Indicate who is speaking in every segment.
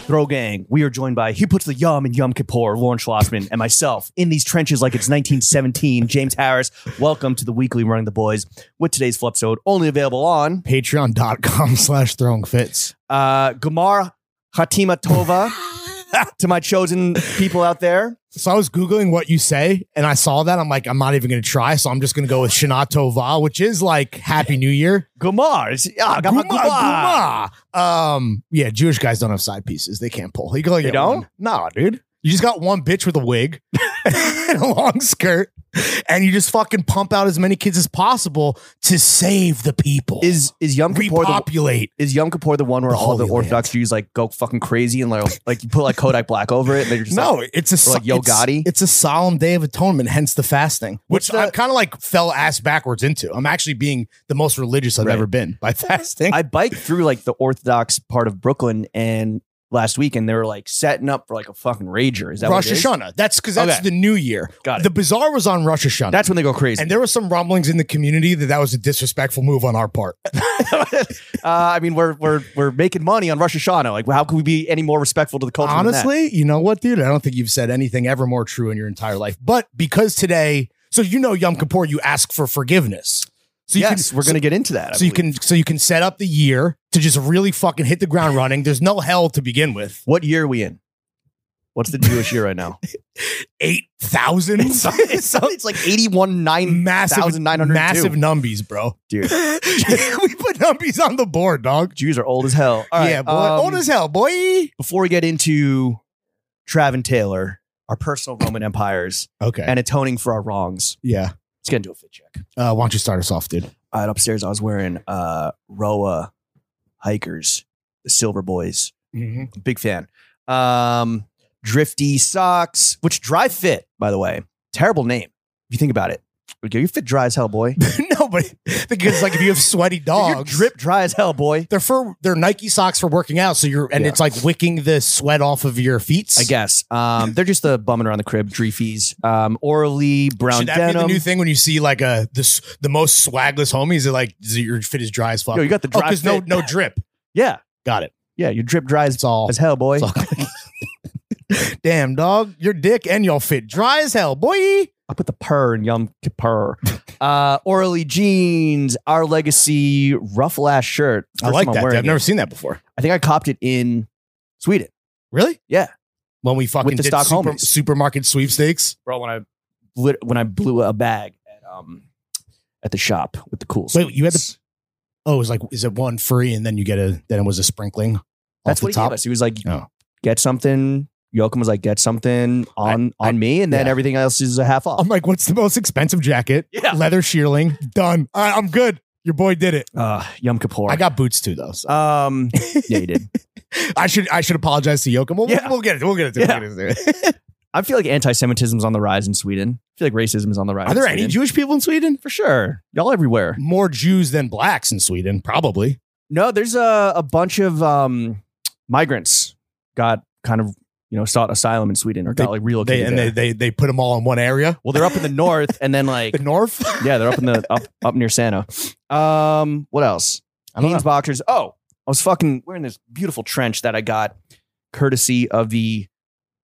Speaker 1: Throw Gang. We are joined by He Puts the Yum and Yum Kippur, Lauren Schlossman, and myself in these trenches like it's 1917. James Harris, welcome to the weekly Running the Boys with today's full episode, only available on
Speaker 2: Patreon.com slash throwing fits.
Speaker 1: uh, Gamar Hatimatova. to my chosen people out there,
Speaker 2: So I was Googling what you say and I saw that. I'm like, I'm not even going to try. So I'm just going to go with Shana Tova, which is like Happy New Year.
Speaker 1: Gamar. It's- ah, Gamar, Gamar.
Speaker 2: Guma. Um, yeah, Jewish guys don't have side pieces. They can't pull. You can only
Speaker 1: They
Speaker 2: get
Speaker 1: don't?
Speaker 2: one. No, dude. You just got one bitch with a wig and a long skirt. And you just fucking pump out as many kids as possible to save the people.
Speaker 1: Is is Yom Kippur the
Speaker 2: repopulate.
Speaker 1: is Yom Kippur the one where
Speaker 2: The
Speaker 1: all the
Speaker 2: Holy
Speaker 1: Orthodox Jews like go fucking crazy and like like you put like Kodak Black over it and they're just
Speaker 2: no,
Speaker 1: like,
Speaker 2: it's a so-
Speaker 1: like Yo
Speaker 2: it's-
Speaker 1: Gotti?
Speaker 2: It's a solemn day of atonement, hence the fasting,
Speaker 1: What's
Speaker 2: which
Speaker 1: the-
Speaker 2: I kind of like fell ass backwards into. I'm actually being the most religious I've
Speaker 1: Right.
Speaker 2: ever been by fasting.
Speaker 1: I biked through like the Orthodox part of Brooklyn and last week and they were like setting up for like a fucking rager. Is that
Speaker 2: Rosh
Speaker 1: what it is?
Speaker 2: Hashanah. That's because that's
Speaker 1: Okay.
Speaker 2: the new year.
Speaker 1: Got it.
Speaker 2: The bazaar was on Rosh Hashanah.
Speaker 1: That's when they go crazy.
Speaker 2: and there were some rumblings in the community that that was a disrespectful move on our part.
Speaker 1: uh, I mean, we're we're we're making money on Rosh Hashanah. Like, how can we be any more respectful to the culture? than that?
Speaker 2: Honestly, you know what, dude? I don't think you've said anything ever more true in your entire life. But because today, so you know Yom Kippur, you ask for forgiveness. So you
Speaker 1: yes,
Speaker 2: can,
Speaker 1: we're
Speaker 2: so-
Speaker 1: going to get into that. I
Speaker 2: so you
Speaker 1: believe.
Speaker 2: can so you can set up the year to just really fucking hit the ground running. There's no hell to begin with.
Speaker 1: What year are we in? What's the Jewish year right now?
Speaker 2: Eight thousand
Speaker 1: it's, it's, it's like eighty-one nine
Speaker 2: massive
Speaker 1: thousand nine hundred.
Speaker 2: massive numbies, bro.
Speaker 1: dude.
Speaker 2: we put numbies on the board, dog.
Speaker 1: Jews are old as hell. All right,
Speaker 2: yeah, boy.
Speaker 1: um,
Speaker 2: Old as hell, boy.
Speaker 1: before we get into Trav and Taylor, our personal Roman empires,
Speaker 2: Okay.
Speaker 1: and atoning for our wrongs,
Speaker 2: yeah.
Speaker 1: let's get into a fit check.
Speaker 2: Uh, why don't you start us off, dude?
Speaker 1: All right, upstairs, I was wearing uh, Roa Hikers, the Silver Boys. Big fan. Um, drifty socks, which dry fit, by the way. Terrible name. If you think about it, Like, you fit dry as hell, boy.
Speaker 2: no, but because like if you have sweaty
Speaker 1: You're
Speaker 2: dogs,
Speaker 1: drip dry as hell, boy.
Speaker 2: They're for they're Nike socks for working out. So you're and
Speaker 1: Yeah.
Speaker 2: it's like wicking the sweat off of your feet.
Speaker 1: I guess. Um, they're just the bumming around the crib, dreefies. Um, Orally, brown
Speaker 2: Should that
Speaker 1: denim.
Speaker 2: be the new thing when you see like a this the most swagless homies? That like is it your fit is dry as fuck.
Speaker 1: Yo, you got the
Speaker 2: oh,
Speaker 1: dry
Speaker 2: because no
Speaker 1: fit.
Speaker 2: no drip.
Speaker 1: Yeah.
Speaker 2: Got it.
Speaker 1: Yeah, you drip dry as,
Speaker 2: It's all.
Speaker 1: as hell, boy.
Speaker 2: it's all- Damn dog, your dick and your fit dry as hell, boy.
Speaker 1: I put the purr in Yom Kippur. Uh, Orally jeans, our legacy ruffle ass shirt.
Speaker 2: I
Speaker 1: First
Speaker 2: like
Speaker 1: time I'm
Speaker 2: that. dude.
Speaker 1: wearing
Speaker 2: I've never
Speaker 1: it.
Speaker 2: seen that before.
Speaker 1: I think I copped it in Sweden,
Speaker 2: Really?
Speaker 1: Yeah.
Speaker 2: When we fucking
Speaker 1: the
Speaker 2: did
Speaker 1: stock
Speaker 2: super,
Speaker 1: homies.
Speaker 2: supermarket sweepstakes.
Speaker 1: bro. When I lit, when I blew a bag at um at the shop with the cool.
Speaker 2: Wait, you had the-
Speaker 1: sweets.
Speaker 2: Oh, it was like is it one free and then you get a then it was a sprinkling.
Speaker 1: That's
Speaker 2: off the
Speaker 1: what he
Speaker 2: top.
Speaker 1: gave us. He was like,
Speaker 2: Oh.
Speaker 1: get something. Joachim was like, get something on
Speaker 2: I-
Speaker 1: on me, and then
Speaker 2: yeah.
Speaker 1: everything else is a half off.
Speaker 2: I'm like, what's the most expensive jacket?
Speaker 1: Yeah.
Speaker 2: Leather shearling. Done. All right, I'm good. Your boy did it.
Speaker 1: Uh, Yom Kippur.
Speaker 2: I got boots too, though. So.
Speaker 1: um. Yeah, you did.
Speaker 2: I should I should apologize to Yoakum. We'll,
Speaker 1: Yeah.
Speaker 2: we'll get it. We'll get it. to it,
Speaker 1: Yeah.
Speaker 2: We'll get it. to it.
Speaker 1: I feel like anti-Semitism is on the rise in Sweden. I feel like racism is on the rise.
Speaker 2: Are there
Speaker 1: in
Speaker 2: any
Speaker 1: Sweden.
Speaker 2: Jewish people in Sweden?
Speaker 1: For sure, y'all everywhere.
Speaker 2: More Jews than blacks in Sweden, probably.
Speaker 1: No, there's a, a bunch of um, migrants got kind of you know sought asylum in Sweden or got like
Speaker 2: They
Speaker 1: relocated.
Speaker 2: and
Speaker 1: there.
Speaker 2: they, they they put them all in one area.
Speaker 1: well, they're up in the north, and then like
Speaker 2: The North.
Speaker 1: yeah, they're up in the up up near Santa. Um, what else?
Speaker 2: I don't
Speaker 1: Hanes
Speaker 2: know.
Speaker 1: boxers. Oh, I was fucking wearing this beautiful trench that I got courtesy of the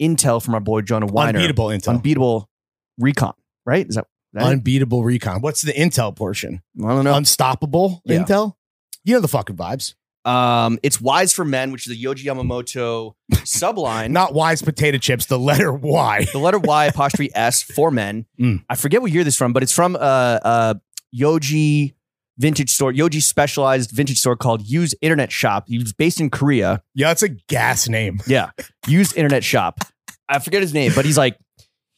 Speaker 1: intel from our boy Jonah Weiner.
Speaker 2: Unbeatable intel.
Speaker 1: Unbeatable recon. Right? Is that, that it?
Speaker 2: Unbeatable recon. What's the intel portion?
Speaker 1: I don't know.
Speaker 2: Unstoppable
Speaker 1: Yeah.
Speaker 2: intel. You know the fucking vibes.
Speaker 1: Um, it's Wise for Men, which is the Yoji Yamamoto subline.
Speaker 2: Not wise potato chips. The letter Y.
Speaker 1: the letter Y apostrophe S for men.
Speaker 2: Mm.
Speaker 1: I forget what year this is from, but it's from a uh, uh, Yoji vintage store, Yoji specialized vintage store called Used Internet Shop. He was based in Korea.
Speaker 2: Yeah, that's a gas name.
Speaker 1: Yeah, Used Internet Shop. I forget his name, but he's like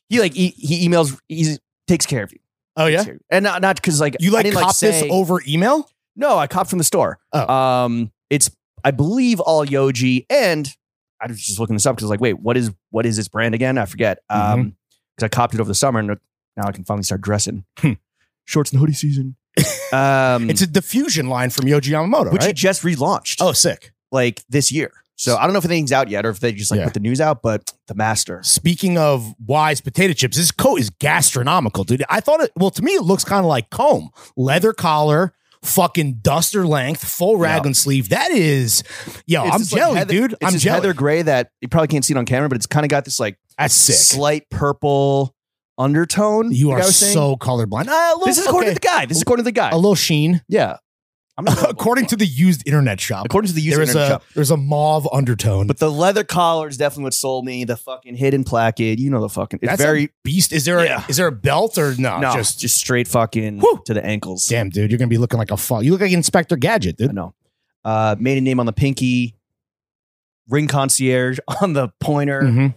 Speaker 1: he like he, he emails he takes care of you,
Speaker 2: Oh yeah.
Speaker 1: Takes care of you. and not not because like
Speaker 2: You
Speaker 1: I
Speaker 2: like
Speaker 1: didn't,
Speaker 2: cop this
Speaker 1: say-
Speaker 2: over email?
Speaker 1: No, I copped from the store.
Speaker 2: Oh.
Speaker 1: Um, it's I believe all Yoji, and I was just looking this up because I was like, wait, what is what is this brand again? I forget.
Speaker 2: Mm-hmm.
Speaker 1: Um, because I copped it over the summer, and now I can finally start dressing
Speaker 2: Hmm.
Speaker 1: shorts and hoodie season. um,
Speaker 2: It's a diffusion line from Yoji Yamamoto,
Speaker 1: which he
Speaker 2: right?
Speaker 1: just relaunched
Speaker 2: oh, sick.
Speaker 1: like this year. So I don't know if anything's out yet, or if they just like
Speaker 2: Yeah.
Speaker 1: put the news out. But the master,
Speaker 2: Speaking of wise potato chips, this coat is gastronomical, dude. I thought it. Well, to me, it looks kind of like comb, leather collar, fucking duster length, full raglan sleeve. That is, yo,
Speaker 1: It's
Speaker 2: I'm
Speaker 1: this, like,
Speaker 2: jelly,
Speaker 1: heather-
Speaker 2: dude.
Speaker 1: It's
Speaker 2: I'm
Speaker 1: this
Speaker 2: jelly.
Speaker 1: heather gray that you probably can't see it on camera, but it's kind of got this like
Speaker 2: That's sick.
Speaker 1: slight purple undertone.
Speaker 2: You
Speaker 1: like
Speaker 2: are
Speaker 1: I was saying.
Speaker 2: so colorblind. Ah, a little,
Speaker 1: This is according
Speaker 2: okay,
Speaker 1: to the guy. This is according to the guy.
Speaker 2: a little sheen.
Speaker 1: yeah, I'm not-
Speaker 2: according to the used internet shop,
Speaker 1: according to the user.
Speaker 2: there is a
Speaker 1: internet shop.
Speaker 2: there's a mauve undertone.
Speaker 1: But the leather collar is definitely what sold me. The fucking hidden placard, you know the fucking. It's
Speaker 2: That's a
Speaker 1: very
Speaker 2: beast. Is there a
Speaker 1: Yeah.
Speaker 2: is there a belt or no?
Speaker 1: no,
Speaker 2: Just
Speaker 1: just just straight fucking
Speaker 2: Whew.
Speaker 1: to the ankles.
Speaker 2: damn, dude, you're gonna be looking like a fuck. You look like Inspector Gadget,
Speaker 1: I
Speaker 2: dude.
Speaker 1: know. Uh, maiden name on the pinky, ring concierge on the pointer.
Speaker 2: Mhm.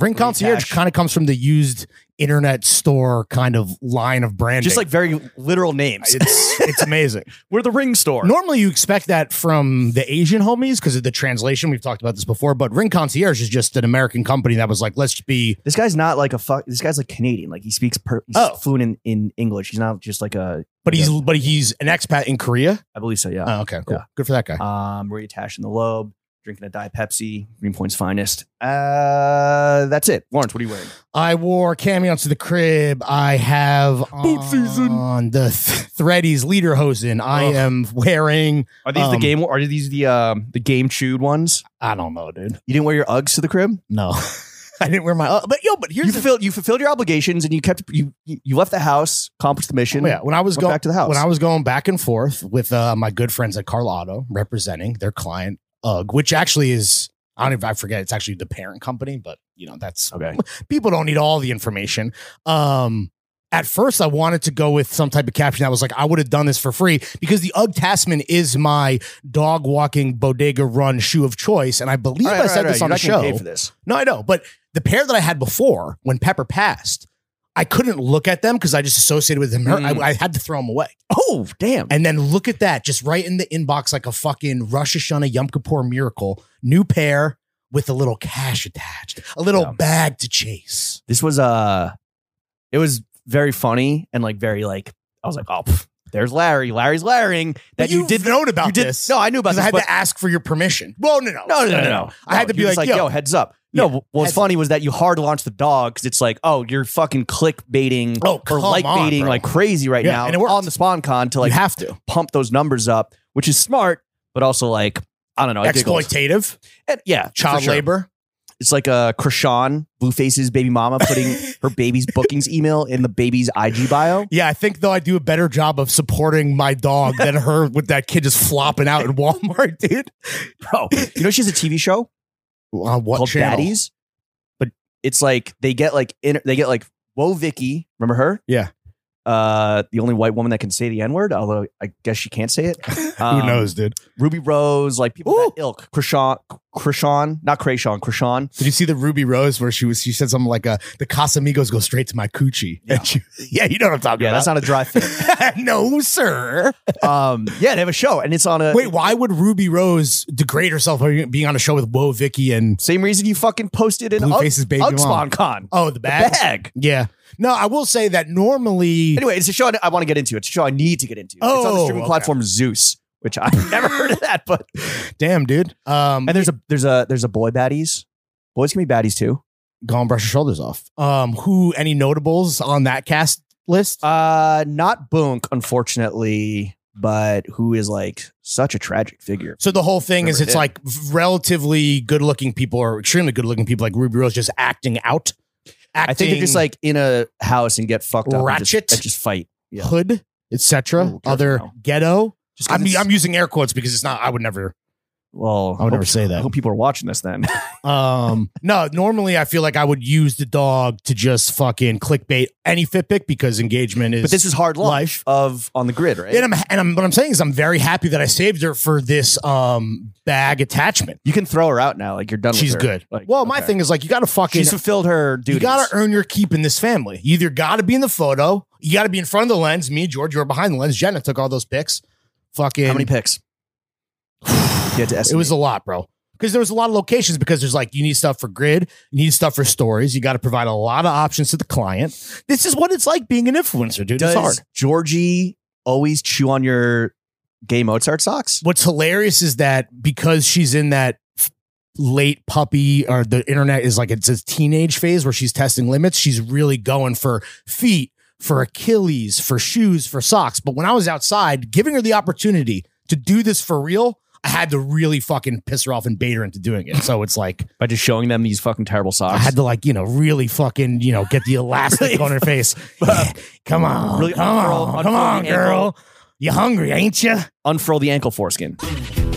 Speaker 2: Ring
Speaker 1: Green
Speaker 2: concierge
Speaker 1: Mm-hmm. cash.
Speaker 2: kind of comes from the used internet store kind of line of branding.
Speaker 1: Just like very literal names.
Speaker 2: it's it's amazing.
Speaker 1: We're the ring store.
Speaker 2: Normally, you expect that from the Asian homies because of the translation. We've talked about this before, but Ring Concierge is just an American company that was like, let's be
Speaker 1: This guy's not like a fuck. This guy's like Canadian. Like he speaks per- he's
Speaker 2: Oh.
Speaker 1: fluent in, in English. He's not just like a.
Speaker 2: But he's but he's an expat in Korea.
Speaker 1: I believe so. Yeah.
Speaker 2: Oh, okay, cool.
Speaker 1: Yeah.
Speaker 2: Good for that guy.
Speaker 1: Um, reattaching the lobe, drinking a Diet Pepsi, Greenpoint's finest. Uh, that's it. Lawrence, what are you wearing?
Speaker 2: I wore cameos to the crib. I have
Speaker 1: Boot season.
Speaker 2: on the th- Threadies leader hosen. I
Speaker 1: Ugh.
Speaker 2: am wearing.
Speaker 1: Are these the
Speaker 2: Um,
Speaker 1: game? Are these the um the game chewed ones?
Speaker 2: I don't know, dude.
Speaker 1: You didn't wear your Uggs to the crib.
Speaker 2: No, I didn't wear my. uh, but yo, but here's
Speaker 1: you
Speaker 2: the
Speaker 1: fulfilled you fulfilled your obligations and you kept you you left the house, accomplished the mission.
Speaker 2: Oh, Yeah, when I was
Speaker 1: went
Speaker 2: going
Speaker 1: back to the house.
Speaker 2: when I was going back and forth with uh, my good friends at Carl Auto, representing their client UGG, which actually is I don't even I forget it's actually the parent company, but you know that's
Speaker 1: Okay.
Speaker 2: people don't need all the information. Um, at first, I wanted to go with some type of caption that was like, I would have done this for free because the UGG Tasman is my dog walking bodega run shoe of choice. And I believe
Speaker 1: All right,
Speaker 2: I
Speaker 1: all right,
Speaker 2: said this
Speaker 1: all
Speaker 2: on the
Speaker 1: right. You're not getting
Speaker 2: show.
Speaker 1: paid for this.
Speaker 2: No, I know. But the pair that I had before when Pepper passed, I couldn't look at them because I just associated with them.
Speaker 1: Mm.
Speaker 2: I, I had to throw them away.
Speaker 1: Oh damn!
Speaker 2: And then look at that, just right in the inbox, like a fucking Rosh Hashanah Yom Kippur miracle. New pair with a little cash attached, a little
Speaker 1: Yeah.
Speaker 2: bag to chase.
Speaker 1: this was uh it was very funny and like very like I was like oh pff, there's Larry Larry's Larrying that
Speaker 2: But
Speaker 1: you
Speaker 2: you've
Speaker 1: did
Speaker 2: known about
Speaker 1: you did
Speaker 2: this.
Speaker 1: no I knew about
Speaker 2: because
Speaker 1: this
Speaker 2: I had
Speaker 1: but,
Speaker 2: to ask for your permission. Well, no, no,
Speaker 1: no no no no, no.
Speaker 2: I had to
Speaker 1: No,
Speaker 2: be
Speaker 1: you're just
Speaker 2: like,
Speaker 1: yo,
Speaker 2: yo.
Speaker 1: heads up no
Speaker 2: Yeah,
Speaker 1: what was
Speaker 2: heads
Speaker 1: funny was that you hard launched the dog because it's like oh you're fucking click baiting
Speaker 2: Oh,
Speaker 1: or
Speaker 2: come
Speaker 1: like
Speaker 2: on,
Speaker 1: baiting
Speaker 2: bro.
Speaker 1: like crazy right
Speaker 2: Yeah,
Speaker 1: now
Speaker 2: and it worked.
Speaker 1: on the spawn con to like
Speaker 2: you have to
Speaker 1: pump those numbers up which is smart but also like I don't know I giggled.
Speaker 2: exploitative
Speaker 1: And- yeah for
Speaker 2: child
Speaker 1: sure.
Speaker 2: labor.
Speaker 1: it's like a Krishan Blueface's baby mama putting her baby's bookings email in the baby's IG bio
Speaker 2: Yeah, I think though I do a better job of supporting my dog than her with that kid just flopping out in Walmart, dude.
Speaker 1: bro you know she has a TV show
Speaker 2: On Uh, what
Speaker 1: called
Speaker 2: channel?
Speaker 1: Daddies, but it's like they get like in, they get like Whoa Vicky, remember her?
Speaker 2: Yeah.
Speaker 1: Uh, the only white woman that can say the N word, although I guess she can't say it.
Speaker 2: Who
Speaker 1: Um,
Speaker 2: knows, dude?
Speaker 1: Ruby Rose, like people of that ilk, Krishan, Krishan, not Krayshawn, Krishan.
Speaker 2: Did you see the Ruby Rose where she was? She said something like, uh, "The Casamigos go straight to my coochie."
Speaker 1: Yeah.
Speaker 2: And she- yeah, you know what I'm talking
Speaker 1: Yeah, that's
Speaker 2: about.
Speaker 1: not a dry fit.
Speaker 2: That's not. no, sir.
Speaker 1: um, yeah, they have a show, and it's on a
Speaker 2: Wait, why would Ruby Rose degrade herself by being on a show with Woe Vicky and
Speaker 1: Same reason you fucking posted an Ugg,
Speaker 2: Blueface's baby
Speaker 1: Ugg
Speaker 2: mom?
Speaker 1: Spawn Con
Speaker 2: Oh, the bag.
Speaker 1: bag.
Speaker 2: Yeah. No, I will say that normally.
Speaker 1: Anyway, it's a show I want to get into. It's a show I need to get into. it's on the
Speaker 2: Oh,
Speaker 1: streaming
Speaker 2: okay.
Speaker 1: platform Zeus, which I've never heard of that, but
Speaker 2: Damn, dude. Um,
Speaker 1: And there's a there's a there's a boy baddies. Boys can be baddies too.
Speaker 2: go and brush your shoulders off. Um, who? Any notables on that cast list?
Speaker 1: Uh not Bunk, unfortunately, but who is like such a tragic figure.
Speaker 2: So the whole thing is
Speaker 1: Remember
Speaker 2: it's
Speaker 1: him.
Speaker 2: like relatively good looking people or extremely good looking people like Ruby Rose just acting out. Acting
Speaker 1: I think they're just like in a house and get fucked up. and just-
Speaker 2: Ratchet?
Speaker 1: and just, fight. Yeah.
Speaker 2: hood, etc.
Speaker 1: Ooh,
Speaker 2: Other
Speaker 1: careful
Speaker 2: ghetto.
Speaker 1: Just 'cause
Speaker 2: I mean,
Speaker 1: it's-
Speaker 2: I'm using air quotes because it's not. I would never.
Speaker 1: well
Speaker 2: I would never
Speaker 1: hope-
Speaker 2: say
Speaker 1: I
Speaker 2: that.
Speaker 1: hope people are watching this then.
Speaker 2: Um, no. Normally, I feel like I would use the dog to just fucking clickbait any Fitbit because engagement is.
Speaker 1: but this is hard launch
Speaker 2: life.
Speaker 1: of on the grid, right?
Speaker 2: And I'm and I'm what I'm saying is I'm very happy that I saved her for this um bag attachment.
Speaker 1: you can throw her out now. Like you're done
Speaker 2: She's
Speaker 1: with her.
Speaker 2: good.
Speaker 1: Like,
Speaker 2: well, my
Speaker 1: okay.
Speaker 2: thing is like you got to fucking
Speaker 1: She's fulfilled her duties.
Speaker 2: you got to earn your keep in this family. You either got to be in the photo, you got to be in front of the lens. Me and George were behind the lens. Jenna took all those pics. Fucking
Speaker 1: How many picks? you had to
Speaker 2: It was a lot, bro. Because there was a lot of locations. Because there's like you need stuff for grid, you need stuff for stories. You got to provide a lot of options to the client. This is what it's like being an influencer, dude.
Speaker 1: Does
Speaker 2: it's hard.
Speaker 1: Georgie always chew on your gay Mozart socks?
Speaker 2: What's hilarious is that because she's in that f- late puppy or the internet is like it's a teenage phase where she's testing limits. She's really going for feet, for Achilles, for shoes, for socks. But when I was outside, giving her the opportunity to do this for real, I had to really fucking piss her off and bait her into doing it. So it's like
Speaker 1: by just showing them these fucking terrible socks.
Speaker 2: I had to like, you know, really fucking, you know, get the elastic on her face. Yeah, come on.
Speaker 1: Really
Speaker 2: come
Speaker 1: unfurl-
Speaker 2: on.
Speaker 1: unfurl
Speaker 2: Come on,
Speaker 1: the ankle.
Speaker 2: girl. You hungry, ain't you?
Speaker 1: Unfurl the ankle foreskin.